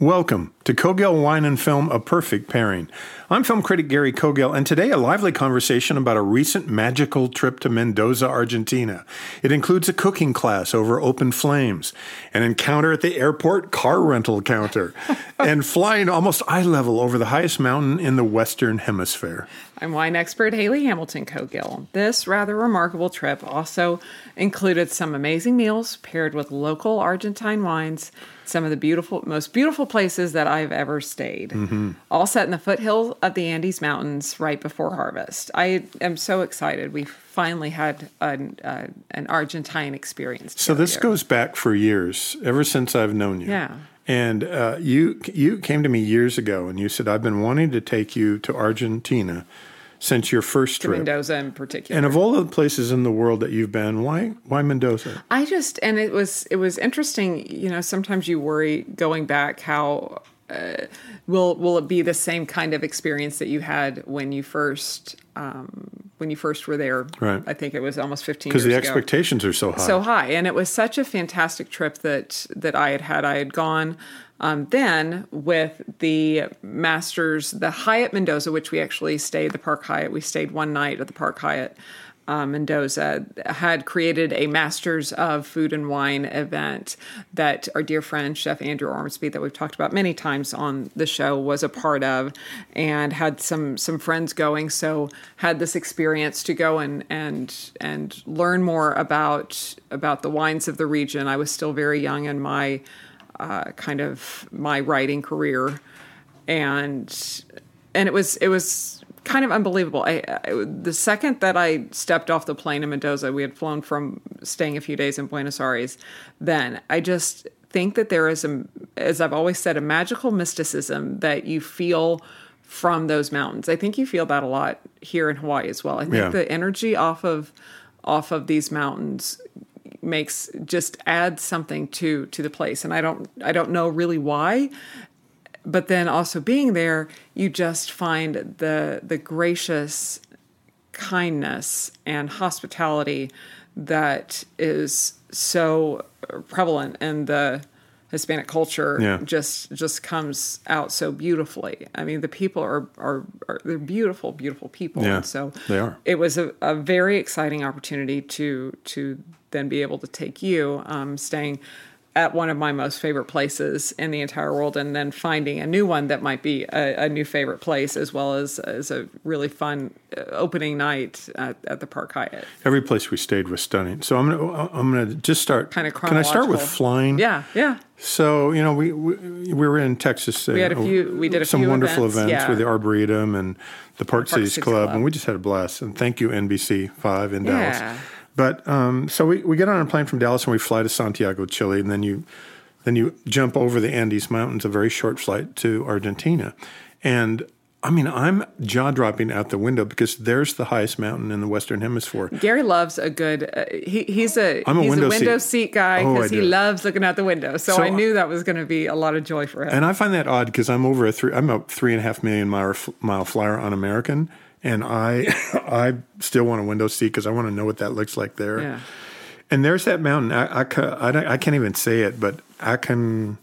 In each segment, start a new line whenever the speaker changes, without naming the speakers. Welcome to Kogel Wine and Film A Perfect Pairing. I'm film critic Gary Kogel, and today a lively conversation about a recent magical trip to Mendoza, Argentina. It includes a cooking class over open flames, an encounter at the airport car rental counter, and flying almost eye level over the highest mountain in the Western Hemisphere.
I'm wine expert Haley Hamilton Cogill. This rather remarkable trip also included some amazing meals paired with local Argentine wines, some of the beautiful, most beautiful places that I've ever stayed,
Mm-hmm.
all set in the foothill of the Andes Mountains right before harvest. I am so excited. We finally had an, uh, an Argentine experience.
So this
together.
goes back for years, ever since I've known you.
Yeah.
And uh, you you came to me years ago, and you said I've been wanting to take you to Argentina since your first
to
trip.
Mendoza in particular.
And of all the places in the world that you've been, why why Mendoza?
I just and it was it was interesting. You know, sometimes you worry going back how uh, will will it be the same kind of experience that you had when you first um, when you first were there?
Right.
I think it was almost fifteen
Because
years
the
ago.
expectations are so high.
So high, and it was such a fantastic trip that that I had had. I had gone um, then with the Masters, the Hyatt Mendoza, which we actually stayed the Park Hyatt. We stayed one night at the Park Hyatt. uh Mendoza had created a Masters of Food and Wine event that our dear friend Chef Andrew Ormsby, that we've talked about many times on the show, was a part of, and had some some friends going. So had this experience to go and and and learn more about about the wines of the region. I was still very young in my uh, kind of my writing career, and and it was it was kind of unbelievable. I, I the second that I stepped off the plane in Mendoza, we had flown from staying a few days in Buenos Aires. Then I just think that there is a, as I've always said, a magical mysticism that you feel from those mountains. I think you feel that a lot here in Hawaii as well. I think
Yeah.
the energy off of off of these mountains makes just adds something to to the place and i don't i don't know really why but then also being there you just find the the gracious kindness and hospitality that is so prevalent in the Hispanic culture
Yeah.
just just comes out so beautifully. I mean, the people are are, are they're beautiful, beautiful people.
Yeah,
and so
they are.
It was a, a very exciting opportunity to to then be able to take you um, staying at one of my most favorite places in the entire world, and then finding a new one that might be a, a new favorite place, as well as as a really fun uh, opening night at, at the Park Hyatt.
Every place we stayed was stunning. So I'm gonna I'm gonna just start.
Kinda
Can I start with
chronological.
flying?
Yeah, yeah.
So you know we we, we were in Texas. We
had a few- we did a
some
few
wonderful events,
events, yeah.
with the Arboretum and the Park, Cities
Cities
Club,
Club.
and we just had a blast. And thank you NBC Five in
Yeah.
Dallas. But um, so we, we get on a plane from Dallas and we fly to Santiago, Chile, and then you then you jump over the Andes Mountains, a very short flight to Argentina, and. I mean, I'm jaw dropping out the window because there's the highest mountain in the Western Hemisphere.
Gary loves a good. Uh, he, he's a
I'm a
he's
window
a window
seat.
seat, guy
Oh, I
because he
do.
loves looking out the window. So,
So
I knew that was going to be a lot of joy for him.
And I find that odd because I'm over a three, I'm a three and a half million mile, mile flyer on American, and I, I still want a window seat because I want to know what that looks like there.
yeah.
And there's that mountain. I, I, ca- I, don't- I can't even say it, but I can,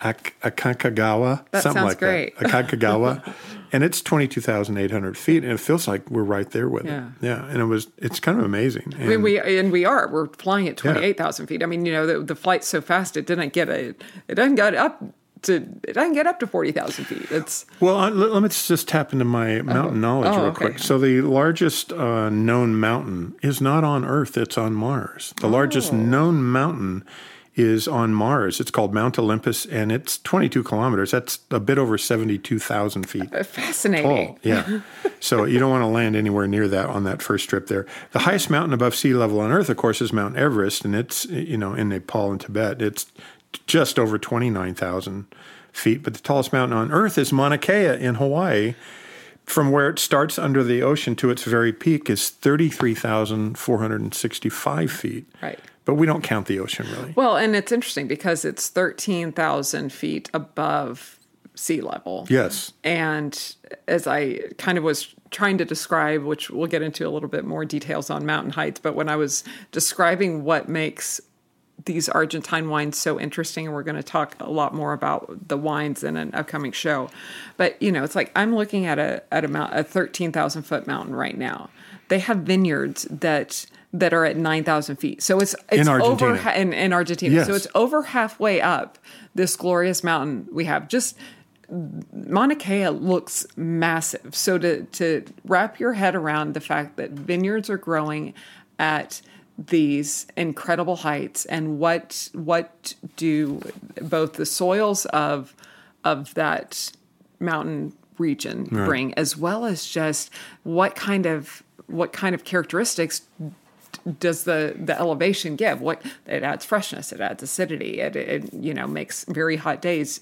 Ak- Aconcagua,
That
something
sounds
like
great.
that. Aconcagua. and it's 22,800 feet and it feels like we're right there with
Yeah.
it. Yeah. And it was, it's kind of amazing. And,
I mean, we and we are. We're flying at twenty eight thousand feet. I mean, you know, the, the flight's so fast it didn't get a, it doesn't get up to it doesn't get up to forty thousand feet. It's
well, I, let, let me just tap into my mountain knowledge
Oh,
real
okay.
quick. So the largest uh, known mountain is not on Earth, it's on Mars. The largest
Oh.
known mountain is on Mars. It's called Mount Olympus and it's 22 kilometers. That's a bit over 72,000 feet.
fascinating.
Oh, yeah. so you don't want to land anywhere near that on that first trip there. The highest mountain above sea level on Earth, of course, is Mount Everest, and it's you know in Nepal and Tibet. It's just over twenty nine thousand feet. But the tallest mountain on Earth is Mauna Kea in Hawaii. From where it starts under the ocean to its very peak is thirty three thousand four hundred and sixty five feet.
Right.
But we don't count the ocean really.
Well, and it's interesting because it's thirteen thousand feet above sea level.
Yes.
And as I kind of was trying to describe, which we'll get into a little bit more details on mountain heights, but when I was describing what makes these Argentine wines so interesting, and we're going to talk a lot more about the wines in an upcoming show. But you know, it's like I'm looking at a at a mount, a thirteen thousand foot mountain right now. They have vineyards that that are at nine thousand feet, so it's it's over
Argentina.
ha- in, in Argentina. So
Yes.
it's over halfway up this glorious mountain we have. Just Mauna Kea looks massive. So to to wrap your head around the fact that vineyards are growing at these incredible heights and what what do both the soils of of that mountain region bring as well as just what kind of what kind of characteristics does the the elevation give what it adds freshness it adds acidity it, it you know makes very hot days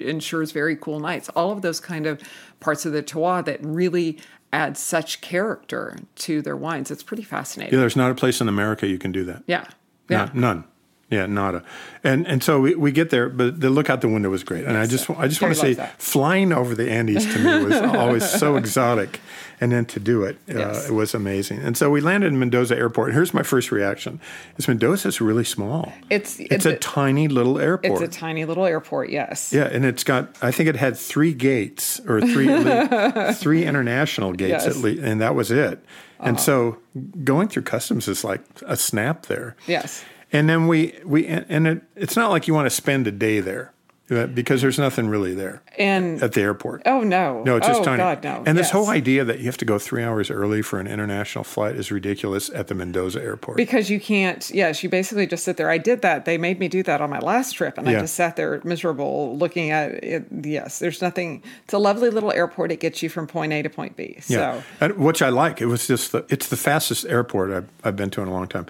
ensures very cool nights all of those kind of parts of the terroir that really add such character to their wines it's pretty
Yeah,
fascinating
there's not a place in America you can do that.
yeah
Yeah.
yeah,
none. Yeah, nada. And and so we, we get there, but the look out the window was great. And I just I just want to
Jerry
say,
loves that.
flying over the Andes to me was always so exotic, and then to do it,
Yes.
uh, it was amazing. And so we landed in Mendoza Airport. Here's my first reaction: is Mendoza's really small?
It's-
it's,
it's
a,
a-
tiny little airport.
it's a tiny little airport yes
Yeah, and it's got. I think it had three gates or three at least- three international gates
Yes. Uh-huh.
at least, and that was it. And so going through customs is like a snap there.
Yes.
And then we we and it, it's not like you want to spend a day there uh, because there's nothing really there
and
at the airport.
oh no
No, it's just
oh,
tiny.
God, no.
And this
Yes.
whole idea that you have to go three hours early for an international flight is ridiculous at the Mendoza airport.
Because you can't, yes, you basically just sit there. I did that. They made me do that on my last trip, and
Yeah.
I just sat there miserable looking at it. Yes, there's nothing. It's a lovely little airport. It gets you from point A to point B. So,
Yeah, and, which I like. It was just the, it's the fastest airport I've, I've been to in a long time.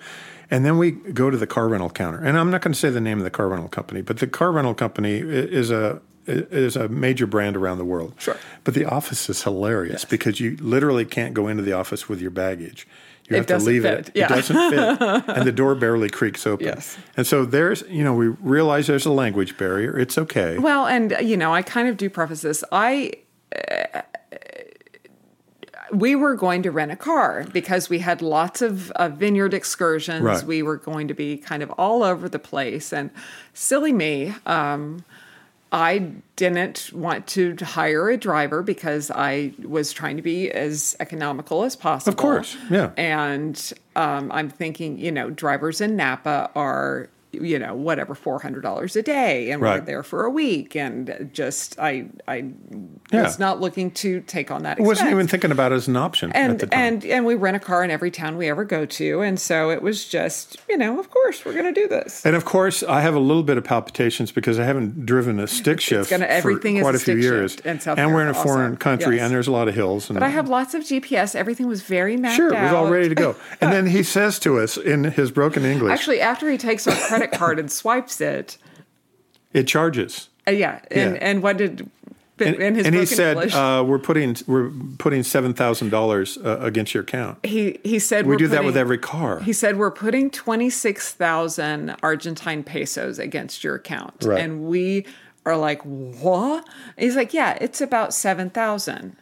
And then we go to the car rental counter, and I'm not going to say the name of the car rental company, but the car rental company i- is a is a major brand around the world.
Sure.
But the office is hilarious because you literally can't go into the office with your baggage. You
It
have to
doesn't
leave
fit.
it.
Yeah.
It doesn't fit, and the door barely creaks open.
Yes.
And so there's you know we realize there's a language barrier. It's okay.
well, and uh, you know, I kind of do preface this. I. Uh, we were going to rent a car because we had lots of uh, vineyard excursions.
Right.
We were going to be kind of all over the place. And silly me, um, I didn't want to hire a driver because I was trying to be as economical as possible.
Of course, yeah.
And um, I'm thinking, you know, drivers in Napa are, you know, whatever four hundred dollars a day, and we're
Right.
there for a week, and just I, I
Yeah.
was not looking to take on that.
I wasn't
expense
even thinking about it as an option at
and
the time.
and and we rent a car in every town we ever go to and so it was just you know of course we're going to do this
And of course, I have a little bit of palpitations because I haven't driven a stick shift
gonna- everything
for
is
quite
a
a few
stick
years.
shift in South
and we're in a
America also.
foreign country,
Yes.
and there's a lot of hills. And
but i have lots of gps everything was very mapped
sure, it was all
out.
ready to go. And then he says to us in his broken English,
actually after he takes our credit card and swipes it
"It charges."
uh, yeah and
Yeah.
and what did
And,
in his
and he
broken
said,
English,
uh, "We're putting we're putting seven thousand dollars uh, against your account."
he he said
We
we're
do that with
putting-
every car.
He said we're putting twenty six thousand Argentine pesos against your account,
Right.
and we are like, what? And he's like, yeah, it's about seven thousand.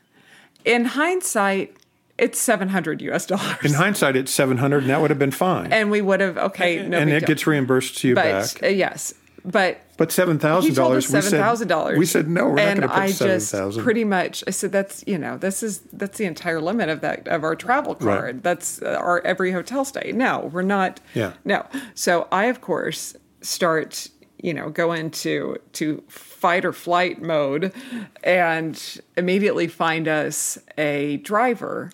In hindsight, it's seven hundred U.S. dollars,
In hindsight, it's seven hundred, and that would have been fine.
and we would have okay, no
and
big
it
deal.
gets reimbursed to you
but
back.
uh, yes. But
But seven
he
thousand
told
dollars.
us seven thousand dollars.
We said no. We're
and
not going
I
to put seven
just
thousand.
pretty much I said that's you know this is that's the entire limit of that of our travel
Right.
card. That's uh, our every hotel stay. No, we're not.
Yeah.
No. So I of course start you know go into to fight or flight mode and immediately find us a driver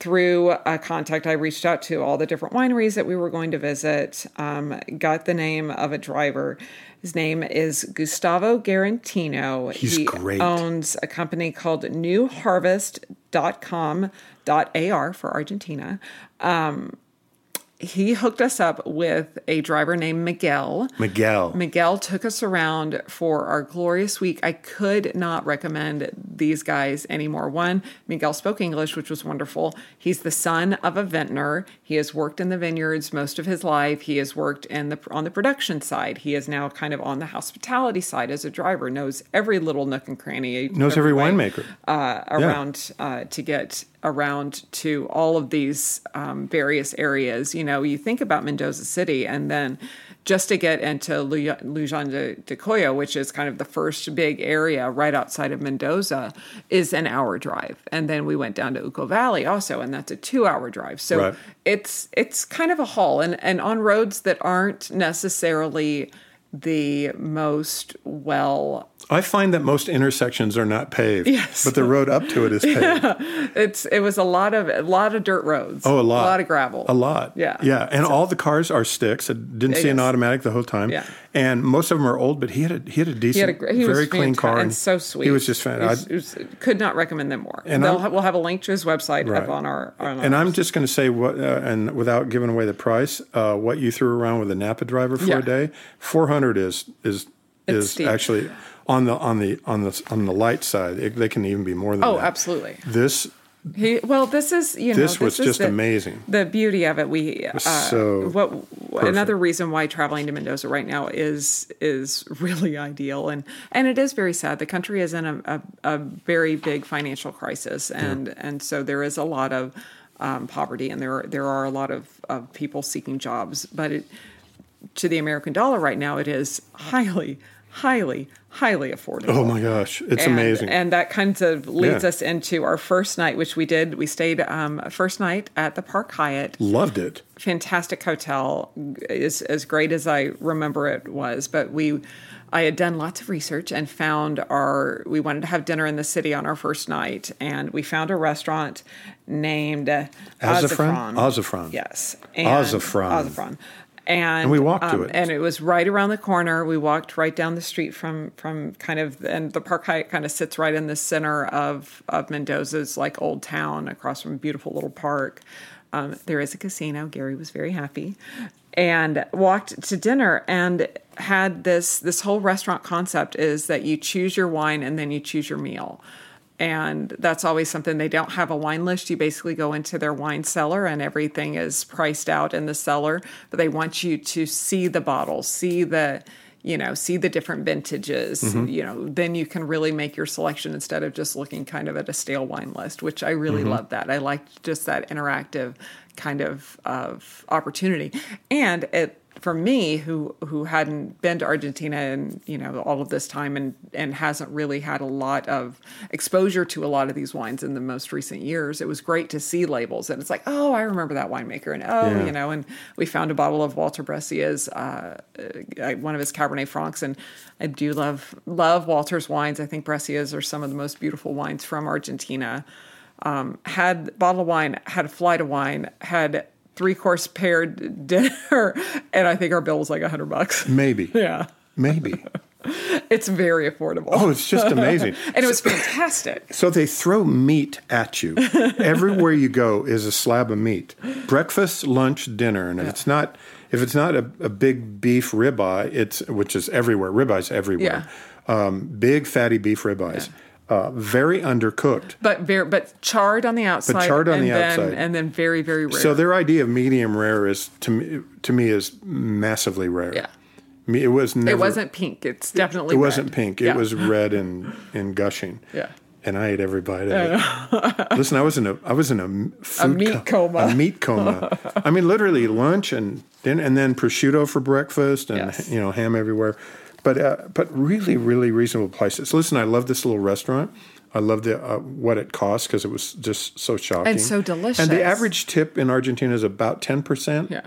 through a contact i reached out to all the different wineries that we were going to visit um, got the name of a driver his name is gustavo garantino
He's
he
great.
owns a company called newharvest.com.ar for argentina he hooked us up with a driver named miguel
Miguel.
Miguel took us around for our glorious week. I could not recommend these guys anymore. One, Miguel spoke English, which was wonderful. He's the son of a vintner. He has worked in the vineyards most of his life. He has worked in the on the production side. He is now kind of on the hospitality side as a driver. Knows every little nook and cranny.
Knows every
way
winemaker.
uh, around uh, to get around to all of these um, various areas. You know, you think about Mendoza City, and then just to get into Lu- Lujan de, de Coyo, which is kind of the first big area right outside of Mendoza, is an hour drive. And then we went down to Uco Valley also, and that's a two-hour drive. So
Right.
it's it's kind of a haul, and and on roads that aren't necessarily the most well
I find that most intersections are not paved. Yes. But the road up to it is paved.
It's it was a lot of a lot of dirt roads.
Oh, a lot.
a lot of gravel,
A lot.
Yeah,
Yeah. And all the cars are sticks. I didn't see an
Yes.
automatic the whole time.
Yeah.
And most of them are old, but he had a he had a decent,
He had a gr- he
very
was
clean
fanta-
car.
and so sweet.
He was just
He was- he
fantastic.
was- could not recommend them more.
And
And They'll
I'm-
ha- we'll have a link to his website
Right.
up on our. On
And
our,
I'm just going to say what, uh, and without giving away the price, uh, what you threw around with a Napa driver for
Yeah.
a day, 400 is is is
steep.
actually on the on the on the on the light side. It, they can even be more than
oh,
that.
absolutely.
This
He well, this is you know
This was
is
just
the-
amazing.
The beauty of it, we uh,
so
what another reason why traveling to Mendoza right now is is really ideal, and and it is very sad. The country is in a, a, a very big financial crisis, and and so there is a lot of um, poverty, and there are, there are a lot of of people seeking jobs, but it to the American dollar right now, it is highly, highly, highly affordable.
oh my gosh, it's
And-
amazing.
And that kind of leads
Yeah.
us into our first night, which we did. We stayed um, first night at the Park Hyatt.
Loved it.
Fantastic hotel, is as great as I remember it was. But we, I had done lots of research and found our. We wanted to have dinner in the city on our first night, and we found a restaurant named
Azafran?
Azafron.
Azafran.
Yes.
Azafran.
Azafran. And,
And we walked to
um,
it.
And it was right around the corner. We walked right down the street from from kind of and the Park Hyatt kind of sits right in the center of of Mendoza's like old town across from a beautiful little park. Um, there is a casino. Gary was very happy, and walked to dinner and had this this whole restaurant concept is that you choose your wine and then you choose your meal. And that's always something they don't have a wine list. You basically go into their wine cellar and everything is priced out in the cellar, but they want you to see the bottles, see the you know, see the different vintages, you know, then you can really make your selection instead of just looking kind of at a stale wine list, which I really love that. I liked just that interactive kind of of opportunity. And it for me who who hadn't been to Argentina and you know all of this time and and hasn't really had a lot of exposure to a lot of these wines in the most recent years it was great to see labels and it's like oh I remember that winemaker and oh
Yeah.
you know and we found a bottle of Walter Brescia's uh, uh, one of his Cabernet Francs and I do love love Walter's wines I think Brescia's are some of the most beautiful wines from Argentina um, had bottle of wine, had a flight of wine, had three course paired dinner, and I think our bill was like a hundred bucks.
Maybe.
Yeah,
Maybe.
it's very affordable,
Oh, it's just amazing.
and it was fantastic.
So they throw meat at you. Everywhere you go is a slab of meat. Breakfast, lunch, dinner, and if it's not if it's not a, a big beef ribeye, it's which is everywhere. Ribeyes everywhere. Um, big fatty beef ribeyes. Uh, very undercooked.
But very, but charred on the outside,
charred on
and
the
then,
outside.
and then very, very rare.
So their idea of medium rare is to me to me is massively rare.
Yeah.
Me- It was never
it wasn't pink. It's definitely
it
red.
wasn't pink.
Yeah.
It was red and, and gushing.
Yeah.
And I ate every bite of it. Listen, I was in a I was in a m- food
meat coma.
A meat coma. I mean, literally lunch and then and then prosciutto for breakfast and
Yes.
you know ham everywhere. but uh, but really, really reasonable prices. Listen, I love this little restaurant. I love the uh, what it cost because it was just so shocking
And so delicious.
And the average tip in Argentina is about ten percent.
Yeah.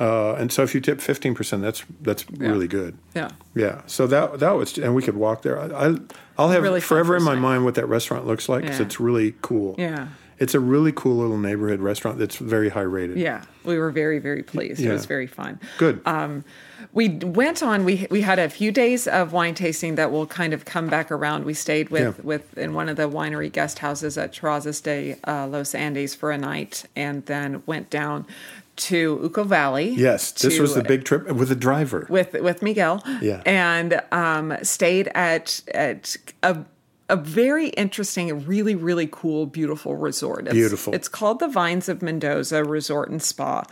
Uh, and so if you tip fifteen percent, that's that's really good.
Yeah.
Yeah. So that that was, and we could walk there. I, I I'll have
Really fun
forever in my
restaurant.
mind what that restaurant looks like because
Yeah.
it's really cool.
Yeah.
It's a really cool little neighborhood restaurant that's very high rated.
Yeah, we were very, very pleased. It
Yeah.
was very fun.
Good.
Um, we went on. We we had a few days of wine tasting that will kind of come back around. We stayed with
Yeah.
with in one of the winery guest houses at Terrazas de uh, Los Andes for a night, and then went down to Uco Valley.
Yes. This was
to-
the big trip with a driver.
with with Miguel.
Yeah.
and um, stayed at at a. A very interesting, really, really cool, beautiful resort. It's,
Beautiful.
It's called the Vines of Mendoza Resort and Spa,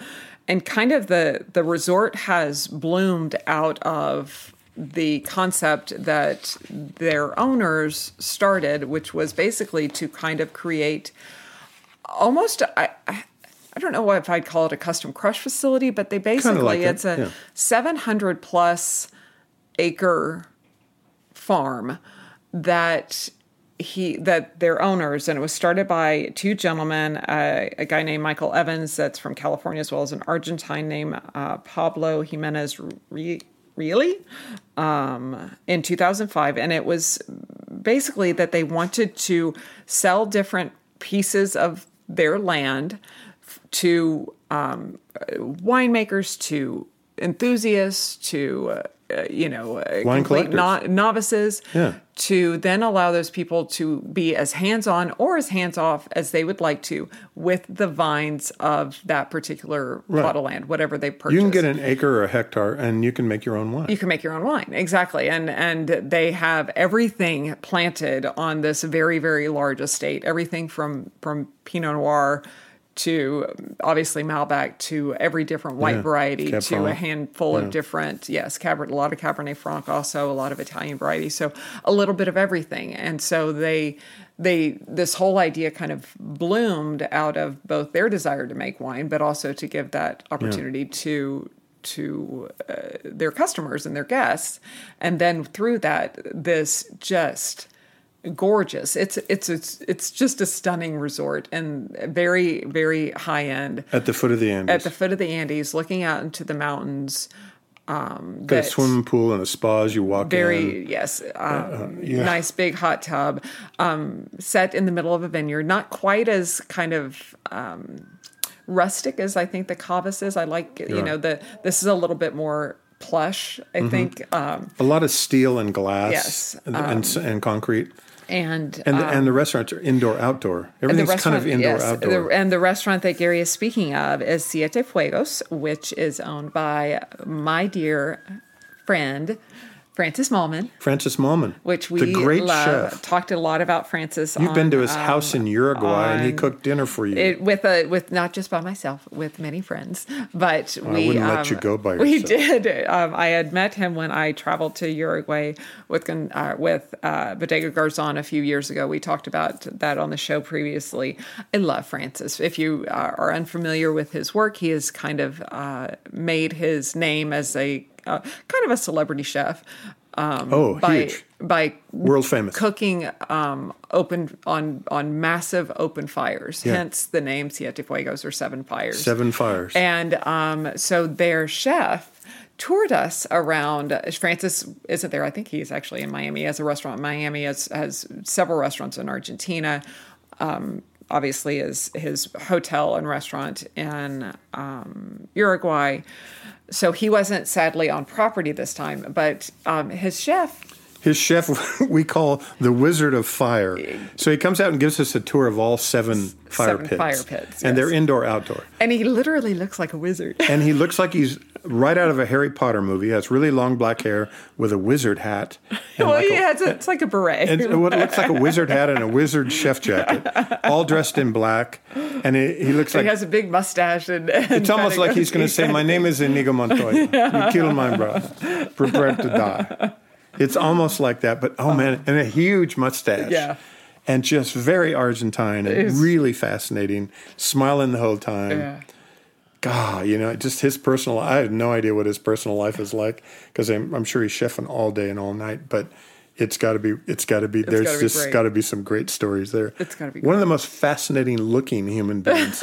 and kind of the the resort has bloomed out of the concept that their owners started, which was basically to kind of create almost I, I I don't know what if I'd call it a custom crush facility, but they basically
like it,
it's a
yeah.
700 plus acre farm that he that their owners and it was started by two gentlemen uh, a guy named michael evans that's from california as well as an argentine named uh, pablo jimenez Re- really um, in 2005 and it was basically that they wanted to sell different pieces of their land f- to um, uh, winemakers to enthusiasts to uh, uh, you know uh,
Wine
complete
collectors.
no- novices
Yeah.
to then allow those people to be as hands on or as hands off as they would like to with the vines of that particular plot of land, whatever they purchase.
You can get an acre or a hectare, and you can make your own wine.
You can make your own wine exactly, and and they have everything planted on this very very large estate. Everything from from Pinot Noir to um, obviously Malbec to every different white
Yeah.
variety to a
Cabernet.
handful of different yes Cabernet, a lot of Cabernet Franc, also a lot of Italian varieties. So a little bit of everything, and so they they this whole idea kind of bloomed out of both their desire to make wine, but also to give that opportunity to to uh, their customers and their guests and then through that this just gorgeous it's it's it's it's just a stunning resort and very very high end
At the foot of the Andes.
at the foot of the andes looking out into the mountains um
Got a
that-
swimming pool and a spa as you walk in.
very yes um,
uh,
nice big hot tub um, set in the middle of a vineyard not quite as kind of um, rustic as i think the cavas is i like you know the this is a little bit more plush i
Mm-hmm.
think um,
A lot of steel and glass
Yes, um,
and, and, s- and concrete.
and
And, the, and the restaurants are indoor outdoor. Everything's kind of indoor outdoor.
The, and the restaurant that Gary is speaking of is Siete Fuegos, which is owned by my dear friend Francis Malman,
Francis Malman,
which we
the great
love.
chef.
Talked a lot about Francis.
You've
on,
been to his
um,
house in Uruguay, and he
on-
cooked dinner for you.
it, with a with not just by myself, with many friends. But we
wouldn't let
um,
you go by
We
yourself.
did. Um, I had met him when I traveled to Uruguay with Gon- uh, with uh, Bodega Garzon a few years ago. We talked about that on the show previously. I love Francis. If you uh, are unfamiliar with his work, he has kind of uh, made his name as a uh, kind of a celebrity chef. Um,
Oh,
by,
huge.
By
World famous.
cooking um, open on on massive open fires.
Yeah.
Hence the name Siete Fuegos or Seven Fires.
Seven fires.
And um, so their chef toured us around. Francis isn't there. I think he's actually in Miami. He has a restaurant in Miami. Has has several restaurants in Argentina. Um, obviously, is his hotel and restaurant in um, Uruguay. So he wasn't sadly on property this time, but um, his chef
His chef we call the Wizard of Fire. So he comes out and gives us a tour of all seven fire
seven
pits.
fire pits,
And they're
yes.
indoor outdoor.
And he literally looks like a wizard.
and he looks like he's right out of a Harry Potter movie. He has really long black hair with a wizard hat. and
well,
like a-
yeah, it's, it's like a beret.
and what looks like a wizard hat and a wizard chef jacket, all dressed in black, and he, he looks
he
like
has a big mustache, and, and
it's almost
kinda
like
goes-
he's going to say, "My name is Inigo Montoya. You killed my brother. Prepare to die." It's almost like that, but oh man, and a huge mustache.
Yeah.
And just very Argentine and really fascinating, smiling the whole time.
Yeah.
God, you know, just his personal. I have no idea what his personal life is like because I'm, I'm sure he's chefing all day and all night. But it's got to be. It's got to be. there's
gotta be
just
great.
got to be some great stories there.
It's gotta be
one of the most fascinating looking human beings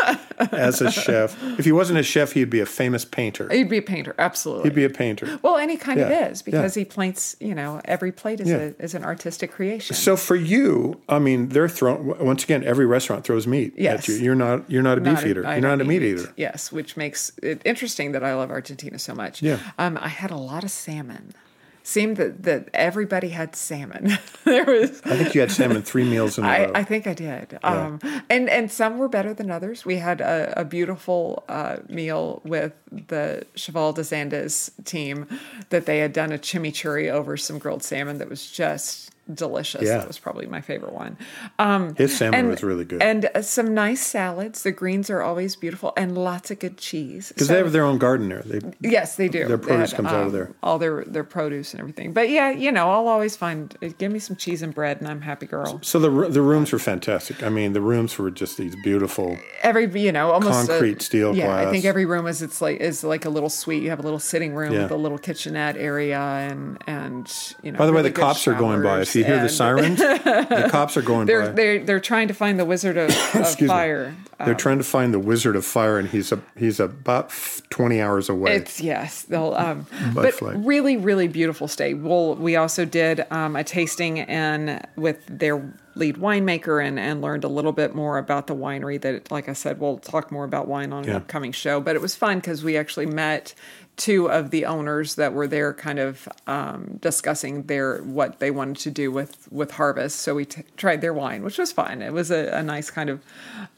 as a chef. If he wasn't a chef, he'd be a famous painter.
He'd be a painter, absolutely.
He'd be a painter.
well, and he kind
Yeah,
of is because
yeah.
he paints. You know, every plate is
Yeah.
a, is an artistic creation.
So for you, I mean, they're thrown w- once again. Every restaurant throws meat at
Yes.
you. You're not. You're not a beef
a-
eater.
I
you're not
don't
a meat eater.
Yes, which makes it interesting that I love Argentina so much.
Yeah.
Um, I had a lot of salmon. Seemed that, that everybody had salmon. there was.
I think you had salmon three meals in a row.
I, I think I did. Um, and and some were better than others. We had a, a beautiful uh, meal with the Cheval de Zandes team that they had done a chimichurri over some grilled salmon that was just delicious.
Yeah.
That was probably my favorite one. Um,
His salmon
and-
was really good.
And uh, some nice salads. The greens are always beautiful, and lots of good cheese.
Because they have their own garden there. They,
Yes, they do.
Their
They um,
produce comes out of there.
All their their produce and everything. But yeah, you know, I'll always find. Give me some cheese and bread, and I'm happy girl.
so the ru- the rooms were fantastic. I mean, the rooms were just these beautiful.
Every you know, almost uh,
Concrete, steel,
Yeah, I
glass.
think every room is it's like is like a little suite. You have a little sitting room
Yeah.
with a little kitchenette area, and and you know.
By the way,
really
the
good
cops are going by. If
showers
you hear the
and
sirens, the cops are going
They're, um,
by.
they're they're trying to find the wizard of, of
Excuse me.
fire.
They're trying to find the Wizard of Fire, and he's a, he's about twenty hours away.
It's yes, they'll um,
By
but
flight.
really, really beautiful stay. Well, we also did um, a tasting and with their lead winemaker and and learned a little bit more about the winery. That, like I said, we'll talk more about wine on
Yeah.
an upcoming show. But it was fun because we actually met two of the owners that were there, kind of um, discussing their what they wanted to do with with harvest. So we t- tried their wine, which was fun. It was a, a nice kind of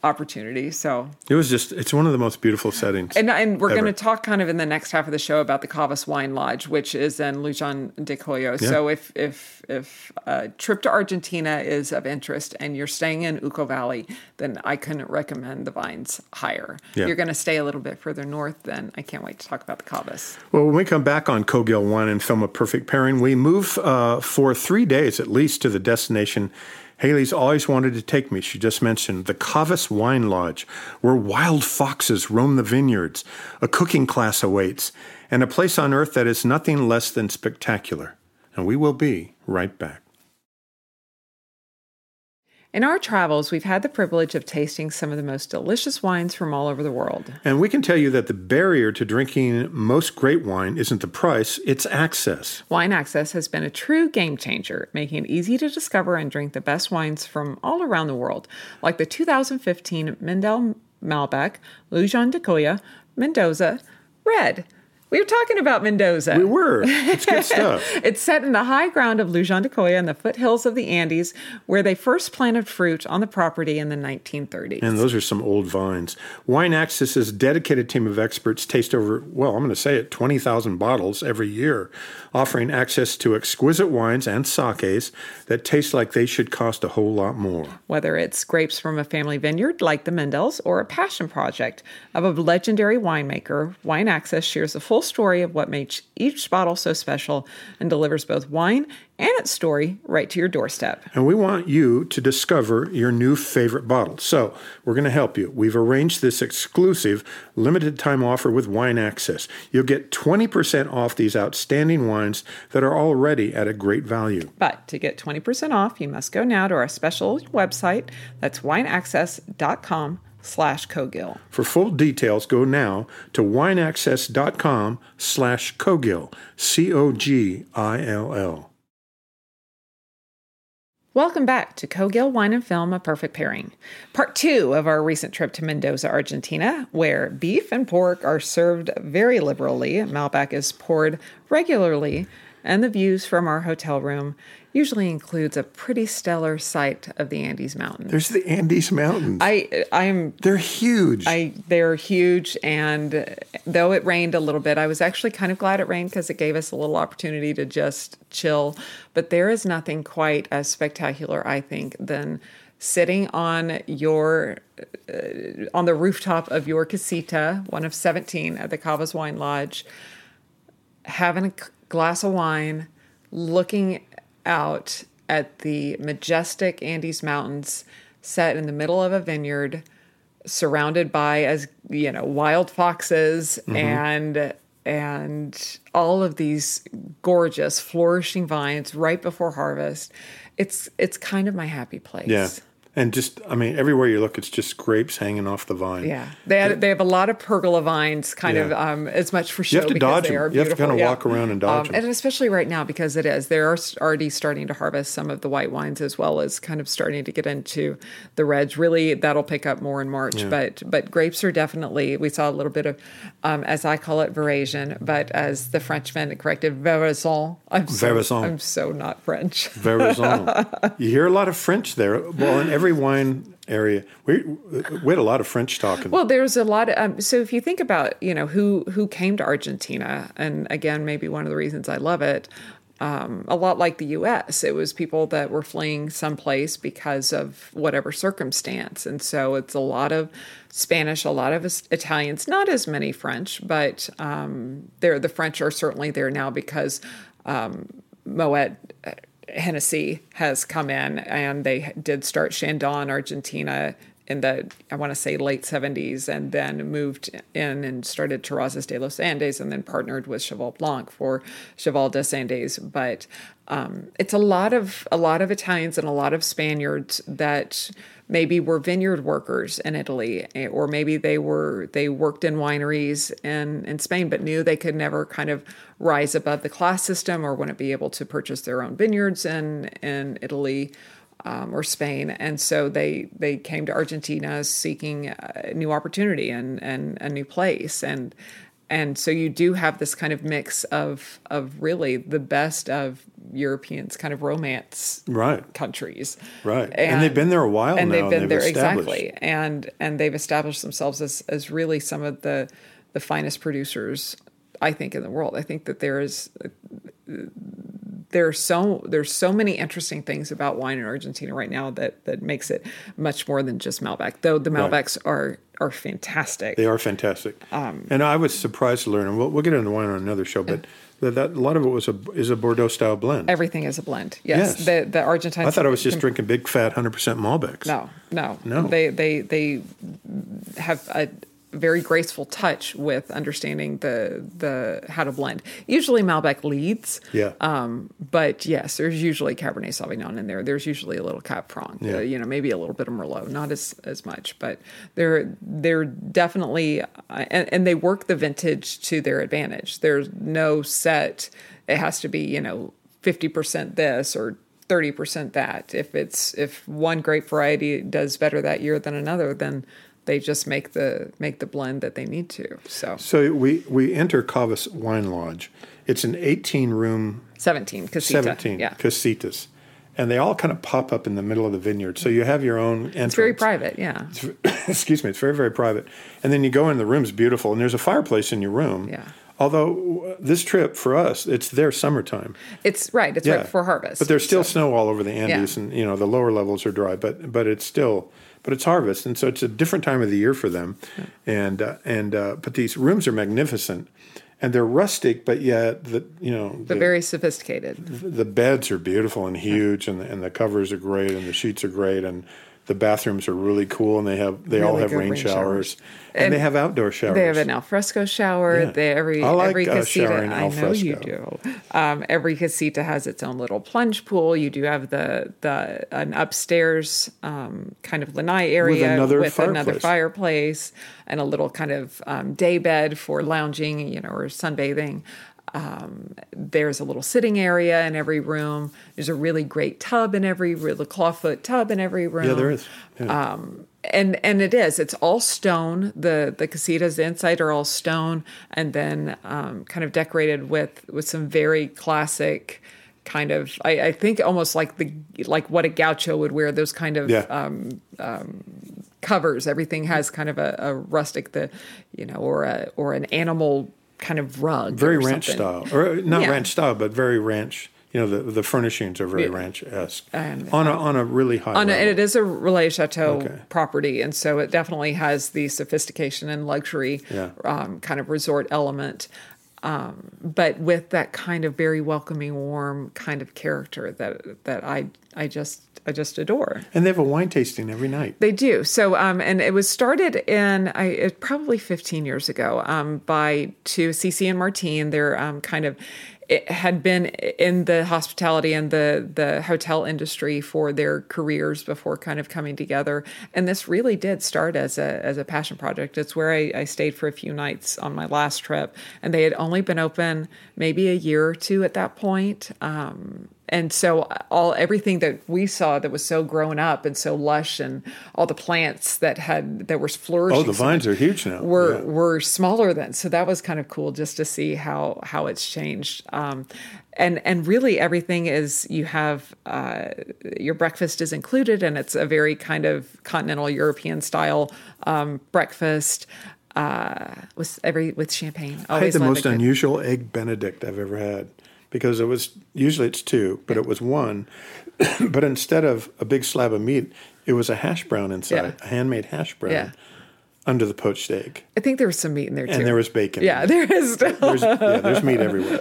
opportunity. So
it was just it's one of the most beautiful settings.
and, and we're
ever.
going to talk kind of in the next half of the show about the Cavas Wine Lodge, which is in Lujan de Cuyo. So if if if a trip to Argentina is of interest and you're staying in Uco Valley, then I couldn't recommend the vines higher.
Yeah.
You're going to stay a little bit further north, then I can't wait to talk about the Cavas.
Well, when we come back on Cogill One and film a perfect pairing, we move uh, for three days at least to the destination Haley's always wanted to take me. She just mentioned the Cavas Wine Lodge, where wild foxes roam the vineyards, a cooking class awaits, and a place on earth that is nothing less than spectacular. And we will be right back.
In our travels, we've had the privilege of tasting some of the most delicious wines from all over the world.
And we can tell you that the barrier to drinking most great wine isn't the price, it's access.
Wine Access has been a true game changer, making it easy to discover and drink the best wines from all around the world, like the 2015 Mendel Malbec, Lujan de Coya, Mendoza, Red. We were talking about Mendoza.
We were. It's good stuff.
It's set in the high ground of Lujan de Coya in the foothills of the Andes, where they first planted fruit on the property in the 1930s.
And those are some old vines. Wine Access's dedicated team of experts taste over, well, I'm going to say it, 20,000 bottles every year, offering access to exquisite wines and sakes that taste like they should cost a whole lot more.
Whether it's grapes from a family vineyard like the Mendels or a passion project of a legendary winemaker, Wine Access shares the full story of what makes each bottle so special and delivers both wine and its story right to your doorstep.
And we want you to discover your new favorite bottle. So we're going to help you. We've arranged this exclusive limited time offer with Wine Access. You'll get 20% off these outstanding wines that are already at a great value.
But to get 20% off, you must go now to our special website. That's wineaccess.com slash cogill.
For full details, go now to wineaccess.com slash cogill, C-O-G-I-L-L.
Welcome back to Cogill Wine and Film A Perfect Pairing, part two of our recent trip to Mendoza, Argentina, where beef and pork are served very liberally. Malbec is poured regularly, and the views from our hotel room usually includes a pretty stellar sight of the Andes Mountains.
There's the Andes Mountains.
I I'm
They're huge.
I they're huge, and though it rained a little bit, I was actually kind of glad it rained because it gave us a little opportunity to just chill. But there is nothing quite as spectacular, I think, than sitting on your uh, on the rooftop of your casita, one of seventeen at the Cavas Wine Lodge, having a c- glass of wine, looking out at the majestic Andes Mountains set in the middle of a vineyard surrounded by as you know wild foxes and and all of these gorgeous flourishing vines right before harvest it's it's kind of my happy place
Yeah. And just, I mean, everywhere you look, it's just grapes hanging off the vine.
yeah they had, they have a lot of pergola vines kind of
Yeah.
um as much for show
You have to
because
dodge
they
'em.
are
You have to
beautiful.
kinda
Yeah. Um,
walk around and dodge 'em.
and especially right now because it is they are s- already starting to harvest some of the white wines as well as kind of starting to get into the reds really that'll pick up more in march but but grapes are definitely we saw a little bit of um as i call it veraison but as the frenchman corrected veraison i'm so,
Veraison.
i'm so not french
Verrazano. you hear a lot of French there. Well, in every wine area, we, we had a lot of French talking.
Well, there's a lot of um, so if you think about you know who who came to Argentina, and again maybe one of the reasons I love it, um, a lot like the U.S., it was people that were fleeing someplace because of whatever circumstance, and so it's a lot of Spanish, a lot of Is- Italians, not as many French, but um, there the French are certainly there now because um, Moet. uh, Hennessy has come in and they did start Shandon, Argentina in the I want to say late 70s and then moved in and started Terrazas de los Andes and then partnered with Cheval Blanc for Cheval de Andes but um, it's a lot of a lot of Italians and a lot of Spaniards that maybe were vineyard workers in Italy eh, or maybe they were they worked in wineries in in Spain but knew they could never kind of rise above the class system or wouldn't be able to purchase their own vineyards in in Italy um, or Spain, and so they they came to Argentina seeking a new opportunity and and a new place, and and so you do have this kind of mix of of really the best of Europeans, kind of romance
right.
countries,
Right. And they've been there a while
and
now,
they've
and
been
they've
there
established.
exactly, and and they've established themselves as as really some of the the finest producers, I think, in the world. I think that there is there's so there's so many interesting things about wine in Argentina right now that that makes it much more than just Malbec. Though the
Right.
Malbecs are are fantastic.
They are fantastic.
Um,
and I was surprised to learn, and we'll, we'll get into wine on another show, but that, that, a lot of it was a, is a Bordeaux style blend.
Everything is a blend.
Yes.
Yes, the the Argentine.
I thought I was just drinking big, fat, 100% Malbecs.
No, no,
No.
They they they have a very graceful touch with understanding the the how to blend. Usually Malbec leads.
Yeah.
Um, but yes, there's usually Cabernet Sauvignon in there. There's usually a little Cab Franc.
Yeah.
uh, you know, maybe a little bit of Merlot, not as as much, but they're they're definitely uh, and, and they work the vintage to their advantage. There's no set. It has to be you know fifty percent this or. 30% that if it's if one grape variety does better that year than another then they just make the make the blend that they need to so
So we, we enter Cavas Wine Lodge. It's an 18 room
17 casita
17
yeah
casitas and they all kind of pop up in the middle of the vineyard so you have your own entrance
it's very private yeah
excuse me it's very very private and then you go in the room's beautiful and there's a fireplace in your room
Yeah.
although w- this trip for us it's their summertime
It's right. It's right before harvest.
but there's still
So-
snow all over the andes
Yeah.
and you know the lower levels are dry but but it's still but it's harvest and so it's a different time of the year for them and uh, and uh, but these rooms are magnificent and they're rustic but yet the you know
but very sophisticated.
the beds are beautiful and huge, and and the covers are great, and the sheets are great, and the bathrooms are really cool, and they have they all
Really
have
good
rain,
rain
showers,
showers.
and,
And
they have outdoor showers.
They have an alfresco shower.
Yeah.
They every
I like,
every
uh,
casita.
showering
I know you do. Um, every casita has its own little plunge pool. You do have the the an upstairs um, kind of lanai area
another
another
fireplace.
fireplace and a little kind of um, day bed for lounging, you know, or sunbathing. Um, there's a little sitting area in every room. There's a really great tub in every little clawfoot tub in every room.
yeah, there is.
Oh,
Yeah.
and and it is it's all stone the the casitas the inside are all stone and then um, kind of decorated with with some very classic kind of I, I think almost like the like what a gaucho would wear those kind of
Yeah.
um, um, covers everything has kind of a, a rustic the you know or a or an animal kind of rug
very
or
ranch
something.
style, or uh, not
Yeah.
ranch style, but very ranch. You know, the the furnishings are very
Yeah.
ranch esque
And-
on a on a really high.
On a,
level.
and it is a Relais Chateau
Okay.
property, and so it definitely has the sophistication and luxury
Yeah.
um, kind of resort element. um, but with that kind of very welcoming, warm kind of character that that I I just I just adore.
And they have a wine tasting every night.
They do. So, um, and it was started in I, it, probably 15 years ago um, by two Cece and Martine. They're um, kind of it had been in the hospitality and the the hotel industry for their careers before kind of coming together. And this really did start as a as a passion project. It's where I, I stayed for a few nights on my last trip, and they had only been open maybe a year or two at that point. Um, and so all everything that we saw that was so grown up and so lush and all the plants that had that were flourishing
Oh, the
so
vines
much
are huge now.
were
Yeah.
were smaller then so that was kind of cool just to see how how it's changed um and and really everything is you have uh your breakfast is included and it's a very kind of continental european style um breakfast uh with every with champagne
I had
Always
the
love a
most
good-
unusual egg Benedict I've ever had because it was usually it's two, but it was one. but instead of a big slab of meat, it was a hash brown inside,
Yeah.
a handmade hash brown
Yeah.
under the poached egg,
i think there was some meat in there too
and there was bacon. in
yeah
it.
there is
there's, yeah, there's meat everywhere.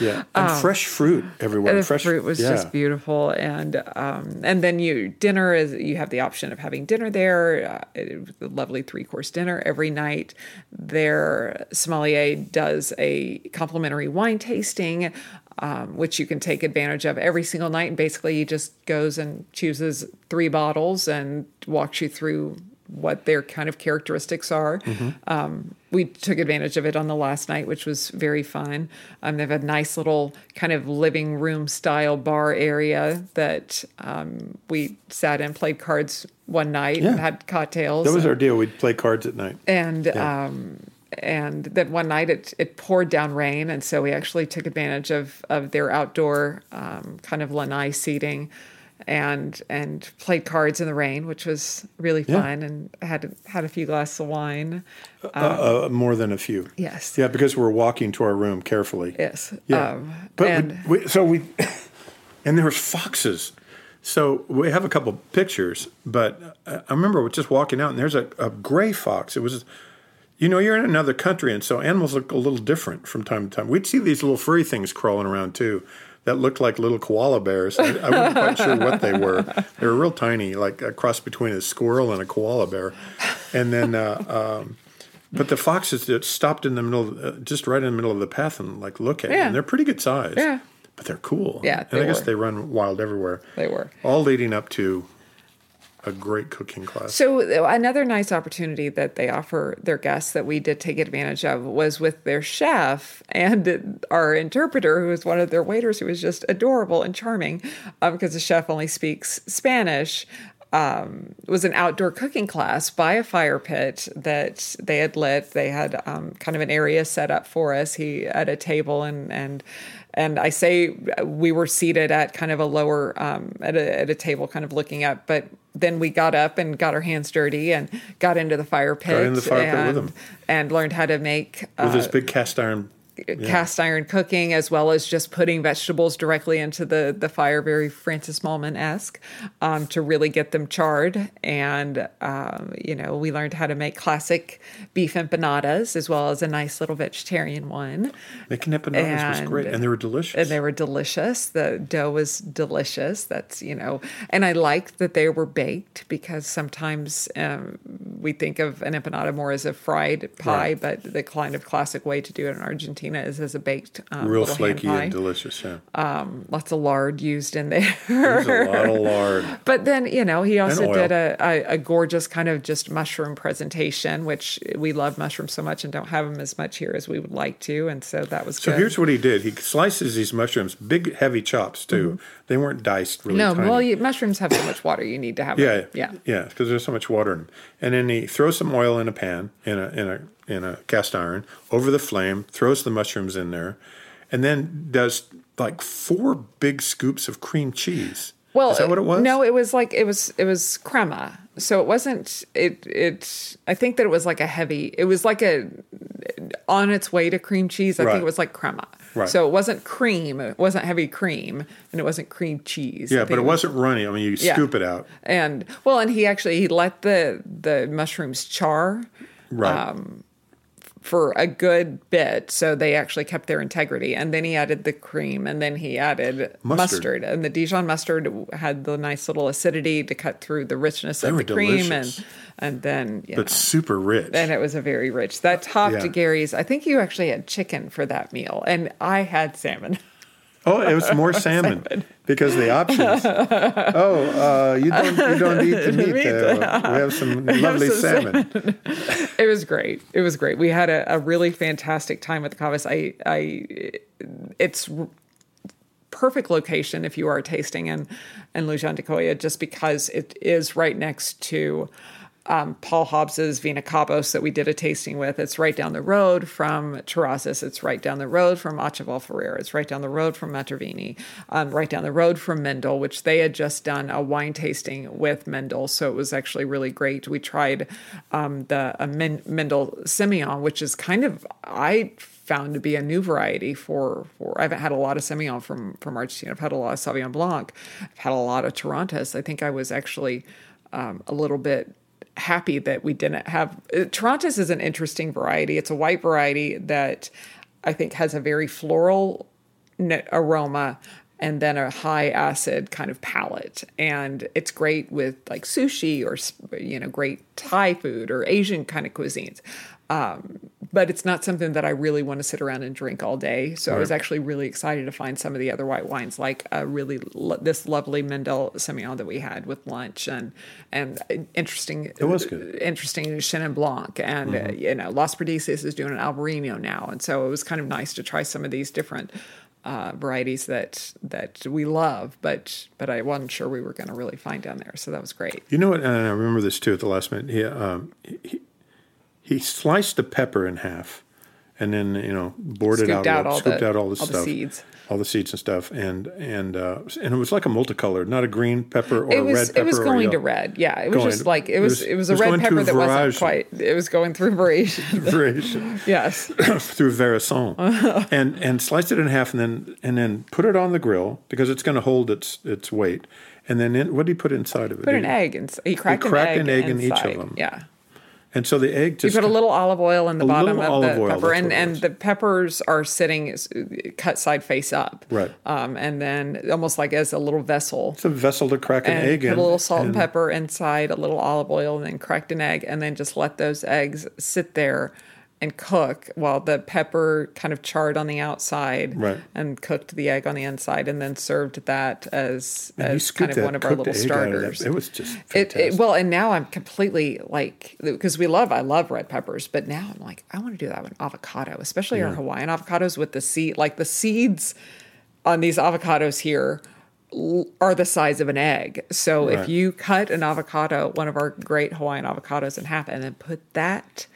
Yeah, and fresh fruit everywhere.
Um, the
fresh
fruit was
yeah.
just beautiful, and um, and then you dinner is you have the option of having dinner there, uh, it- a lovely three course dinner every night. Their sommelier does a complimentary wine tasting, um, which you can take advantage of every single night. And basically, he just goes and chooses three bottles and walks you through what their kind of characteristics are.
Mm-hmm.
Um, we took advantage of it on the last night, which was very fun. Um, they have a nice little kind of living room style bar area that um, we sat in, played cards one night,
Yeah.
and had cocktails.
That was our deal. We'd play cards at night.
and um, and then one night it it poured down rain, and so we actually took advantage of of their outdoor um, kind of lanai seating. And and played cards in the rain, which was really
Yeah.
fun, and had had a few glasses of wine.
Uh, uh, more than a few.
Yes.
Yeah, because we're walking to our room carefully.
Yes.
Yeah.
Um,
but
and
we, we, so we, and there was foxes. So we have a couple pictures, but I I remember just walking out and there's a, a gray fox. It was, you know, you're in another country, and so animals look a little different from time to time. We'd see these little furry things crawling around too. That looked like little koala bears. I, I wasn't quite sure what they were. They were real tiny, like a cross between a squirrel and a koala bear. And then uh, but the foxes that stopped in the middle, of, uh, just right in the middle of the path, and like look at,
Yeah.
them. they're pretty good size.
Yeah.
but they're cool.
Yeah,
and I
they
guess
were.
they run wild everywhere.
They were.
all leading up to a great cooking class.
so uh, another nice opportunity that they offer their guests that we did take advantage of was with their chef and our interpreter, who was one of their waiters, who was just adorable and charming, um, because the chef only speaks Spanish. Um, was an outdoor cooking class by a fire pit that they had lit. They had um, kind of an area set up for us. He at a table and and and I say uh, we were seated at kind of a lower um, at a at a table, kind of looking up. But then we got up and got our hands dirty and got into the fire pit,
into the fire pit
and,
with him.
and learned how to make uh,
with this big cast iron,
cast iron cooking as well as just putting vegetables directly into the the fire very francis malman esque um, to really get them charred and um, you know we learned how to make classic beef empanadas as well as a nice little vegetarian one
making empanadas was great, and they were delicious.
and they were delicious. The dough was delicious. That's, you know, and I liked that they were baked because sometimes um, we think of an empanada more as a fried pie,
Right.
but the kind of classic way to do it in Argentina is as a baked um,
real
little hand
flaky
pie.
and delicious. Yeah,
Lots of lard used in there.
there's a lot of lard.
But then, you know, he also
oil.
did a, a, a gorgeous kind of just mushroom presentation, which we love mushrooms so much and don't have them as much here as we would like to. And so that was
So
good.
here's what he did: he slices these mushrooms, big heavy chops too. They weren't diced really.
Mm-hmm. no,
tiny.
well, you, mushrooms have so much water you need to have.
Yeah,
them. yeah.
yeah, because there's so much water in. 'em. And then he throws some oil in a pan in a in a in a cast iron over the flame, throws the mushrooms in there, and then does like four big scoops of cream cheese.
Well,
is that what it was?
No, it was like it was it was crema. So it wasn't it it. I think that it was like a heavy. It was like a on its way to cream cheese. I
Right.
think it was like crema.
Right.
So it wasn't cream. It wasn't heavy cream, and it wasn't cream cheese. I
yeah,
think
but it
was-
wasn't runny. I mean, you
Yeah.
scoop it out.
And well, and he actually he let the the mushrooms char
Right.
for a good bit, so they actually kept their integrity. And then he added the cream, and then he added
Mustard.
mustard, and the Dijon mustard had the nice little acidity to cut through the richness
They
of
were
the cream,
delicious.
and and then you
But
know.
super rich.
And it was a very rich. That topped
yeah.
Gary's. I think you actually had chicken for that meal, and I had salmon.
Oh, it was more salmon, because the options. Oh, uh, you don't you don't eat the meat. there. we have some lovely
some
salmon.
It was great. It was great. We had a, a really fantastic time at the Cavas. I, I, it's r- perfect location if you are tasting in in Lujan de Coya, just because it is right next to um, Paul Hobbs's Vina Cabos that we did a tasting with. It's right down the road from Terrazas. It's right down the road from Acheval Ferrer. It's right down the road from Matravini. Um, right down the road from Mendel, which they had just done a wine tasting with Mendel, so it was actually really great. We tried um, the uh, Men- Mendel Simeon, which is kind of I found to be a new variety for for I haven't had a lot of Semillon from from Argentina. I've had a lot of Sauvignon Blanc. I've had a lot of Torontas. I think I was actually um, a little bit happy that we didn't have uh, Torontas is an interesting variety. It's a white variety that I think has a very floral n- aroma and then a high acid kind of palate and it's great with like sushi or s- you know great thai food or asian kind of cuisines um, but it's not something that i really want to sit around and drink all day so i was actually really excited to find some of the other white wines like a really lo- this lovely mendel semillon that we had with lunch and and uh, interesting it
was good.
interesting Chenin Blanc and uh,
Mm-hmm.
you know Las Perdices is doing an Albarino now, and so it was kind of nice to try some of these different uh, varieties that that we love, but but I wasn't sure we were going to really find down there, so that was great.
You know what? And I remember this too at the last minute. He um, he, he sliced the pepper in half, and then you know boarded
Scooped
out,
out all
scooped
the-
out all the
all the
stuff,
seeds.
all the seeds and stuff, and and uh, and it was like a multicolored, not a green pepper or
It
a red
was
pepper.
it was
or
going to
yellow.
red, yeah. It was
Going-
just like it was it was, a
going
red
through
pepper that wasn't
variation.
quite. It was going through variation.
Variation.
yes,
through Verison and and sliced it in half and then and then put it on the grill because it's going to hold its its weight. And then in, what did he put inside of it?
put an
He-
egg and he cracked,
cracked
an
an
egg,
egg in each of
inside.
them.
Yeah.
And so the egg
You
just
put a little olive oil in the
A
bottom
little
of
olive
the
oil,
pepper,
that's
and,
what it
and
was.
the peppers are sitting s- cut side face up,
Right.
Um, and then almost like as a little vessel,
it's a vessel to crack an
and
egg
put
in.
a little salt and, pepper inside, a little olive oil, and then cracked an egg, and then just let those eggs sit there and cook while the pepper kind of charred on the outside,
Right.
and cooked the egg on the inside, and then served that as
And you
as
scooped
kind of
that
one of our
cooked
little
egg out of that.
starters.
It was just
It,
fantastic.
it well, and now I'm completely like because we love I love red peppers, but now I'm like I want to do that with avocado, especially our Hawaiian avocados with the seed like the seeds on these avocados here l- are the size of an egg. So
Right.
if you cut an avocado, one of our great Hawaiian avocados in half and then put that,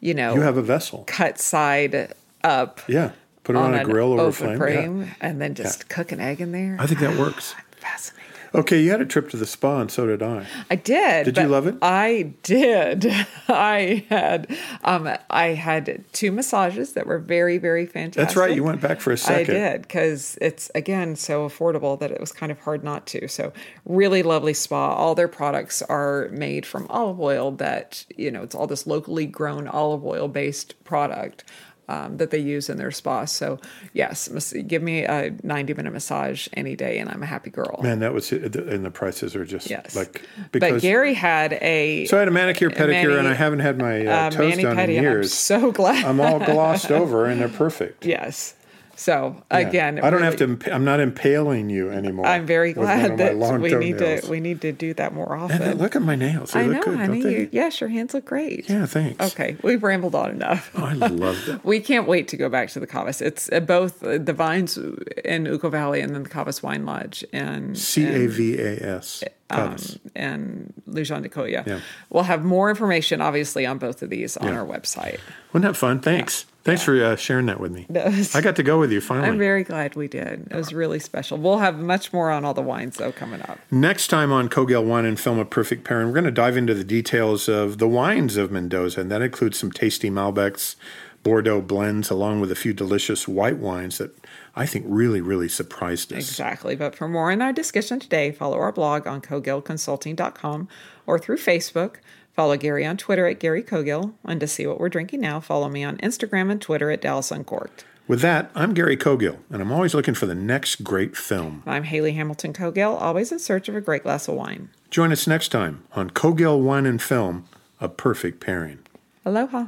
you know,
you have a vessel.
cut side up
Yeah. Put it on,
on,
a grill
an
or a flame. Yeah.
open flame and then just cook an egg in there.
I think that works.
Fascinating.
Okay, you had a trip to the spa and so did I.
I did.
Did you
but
love it?
I did. I had um I had two massages that were very very fantastic.
That's right, you went back for a
I
second.
did because it's again so affordable that it was kind of hard not to. So really lovely spa. All their products are made from olive oil. That you know, it's all this locally grown olive oil based product um, that they use in their spa. So yes, mas- give me a ninety minute massage any day, and I'm a happy girl.
Man, that was and the prices are just
Yes,
like
but Gary had a
So I had a manicure, pedicure,
mani-
and I haven't had my uh,
uh,
toes
mani
done
pedi,
in
and I'm
years.
so glad.
I'm all glossed over, and they're perfect.
yes. So
Yeah.
again,
I don't have
really-
to. imp- I'm not impaling you anymore.
I'm very
with one of my
glad that
long
we need to
toenails.
we need to do that more
And then
often.
look at my nails. They
I
look
know,
good, don't
honey.
they?
You, yes, your hands look great.
Yeah, thanks.
Okay, we've rambled on enough.
I love that.
We can't wait to go back to the Cavas. It's uh, both uh, the vines in Uco Valley and then the Cavas Wine Lodge and
C A V A S.
Um,
Cavas.
and Lujan de Coya.
Yeah.
We'll have more information, obviously, on both of these on
Yeah.
our website.
Wasn't that fun? Thanks. Thanks for uh, sharing that with me.
was-
I got to go with you finally.
I'm very glad we did. It was really special. We'll have much more on all the wines though coming up.
Next time on Kogel Wine and Film a Perfect Pairing, we're going to dive into the details of the wines of Mendoza, and that includes some tasty Malbecs, Bordeaux blends, along with a few delicious white wines that I think really, really surprised us.
Exactly. But for more on our discussion today, follow our blog on cogillconsulting.com or through Facebook. Follow Gary on Twitter at Gary Cogill. And to see what we're drinking now, follow me on Instagram and Twitter at Dallas Uncorked.
With that, I'm Gary Cogill, and I'm always looking for the next great film.
I'm Haley Hamilton Cogill, always in search of a great glass of wine.
Join us next time on Cogill Wine and Film, a perfect pairing.
Aloha.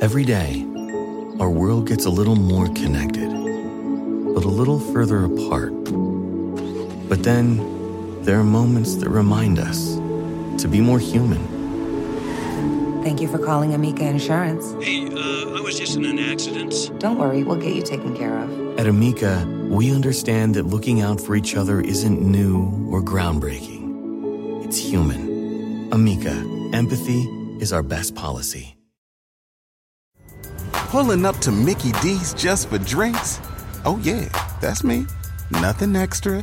Every day, our world gets a little more connected, but a little further apart. But then, there are moments that remind us to be more human.
Thank you for calling Amica Insurance.
Hey, uh, I was just in an accident.
Don't worry, we'll get you taken care of.
At Amica, we understand that looking out for each other isn't new or groundbreaking, it's human. Amica, empathy is our best policy.
Pulling up to Mickey D's just for drinks? Oh, yeah, that's me. Nothing extra,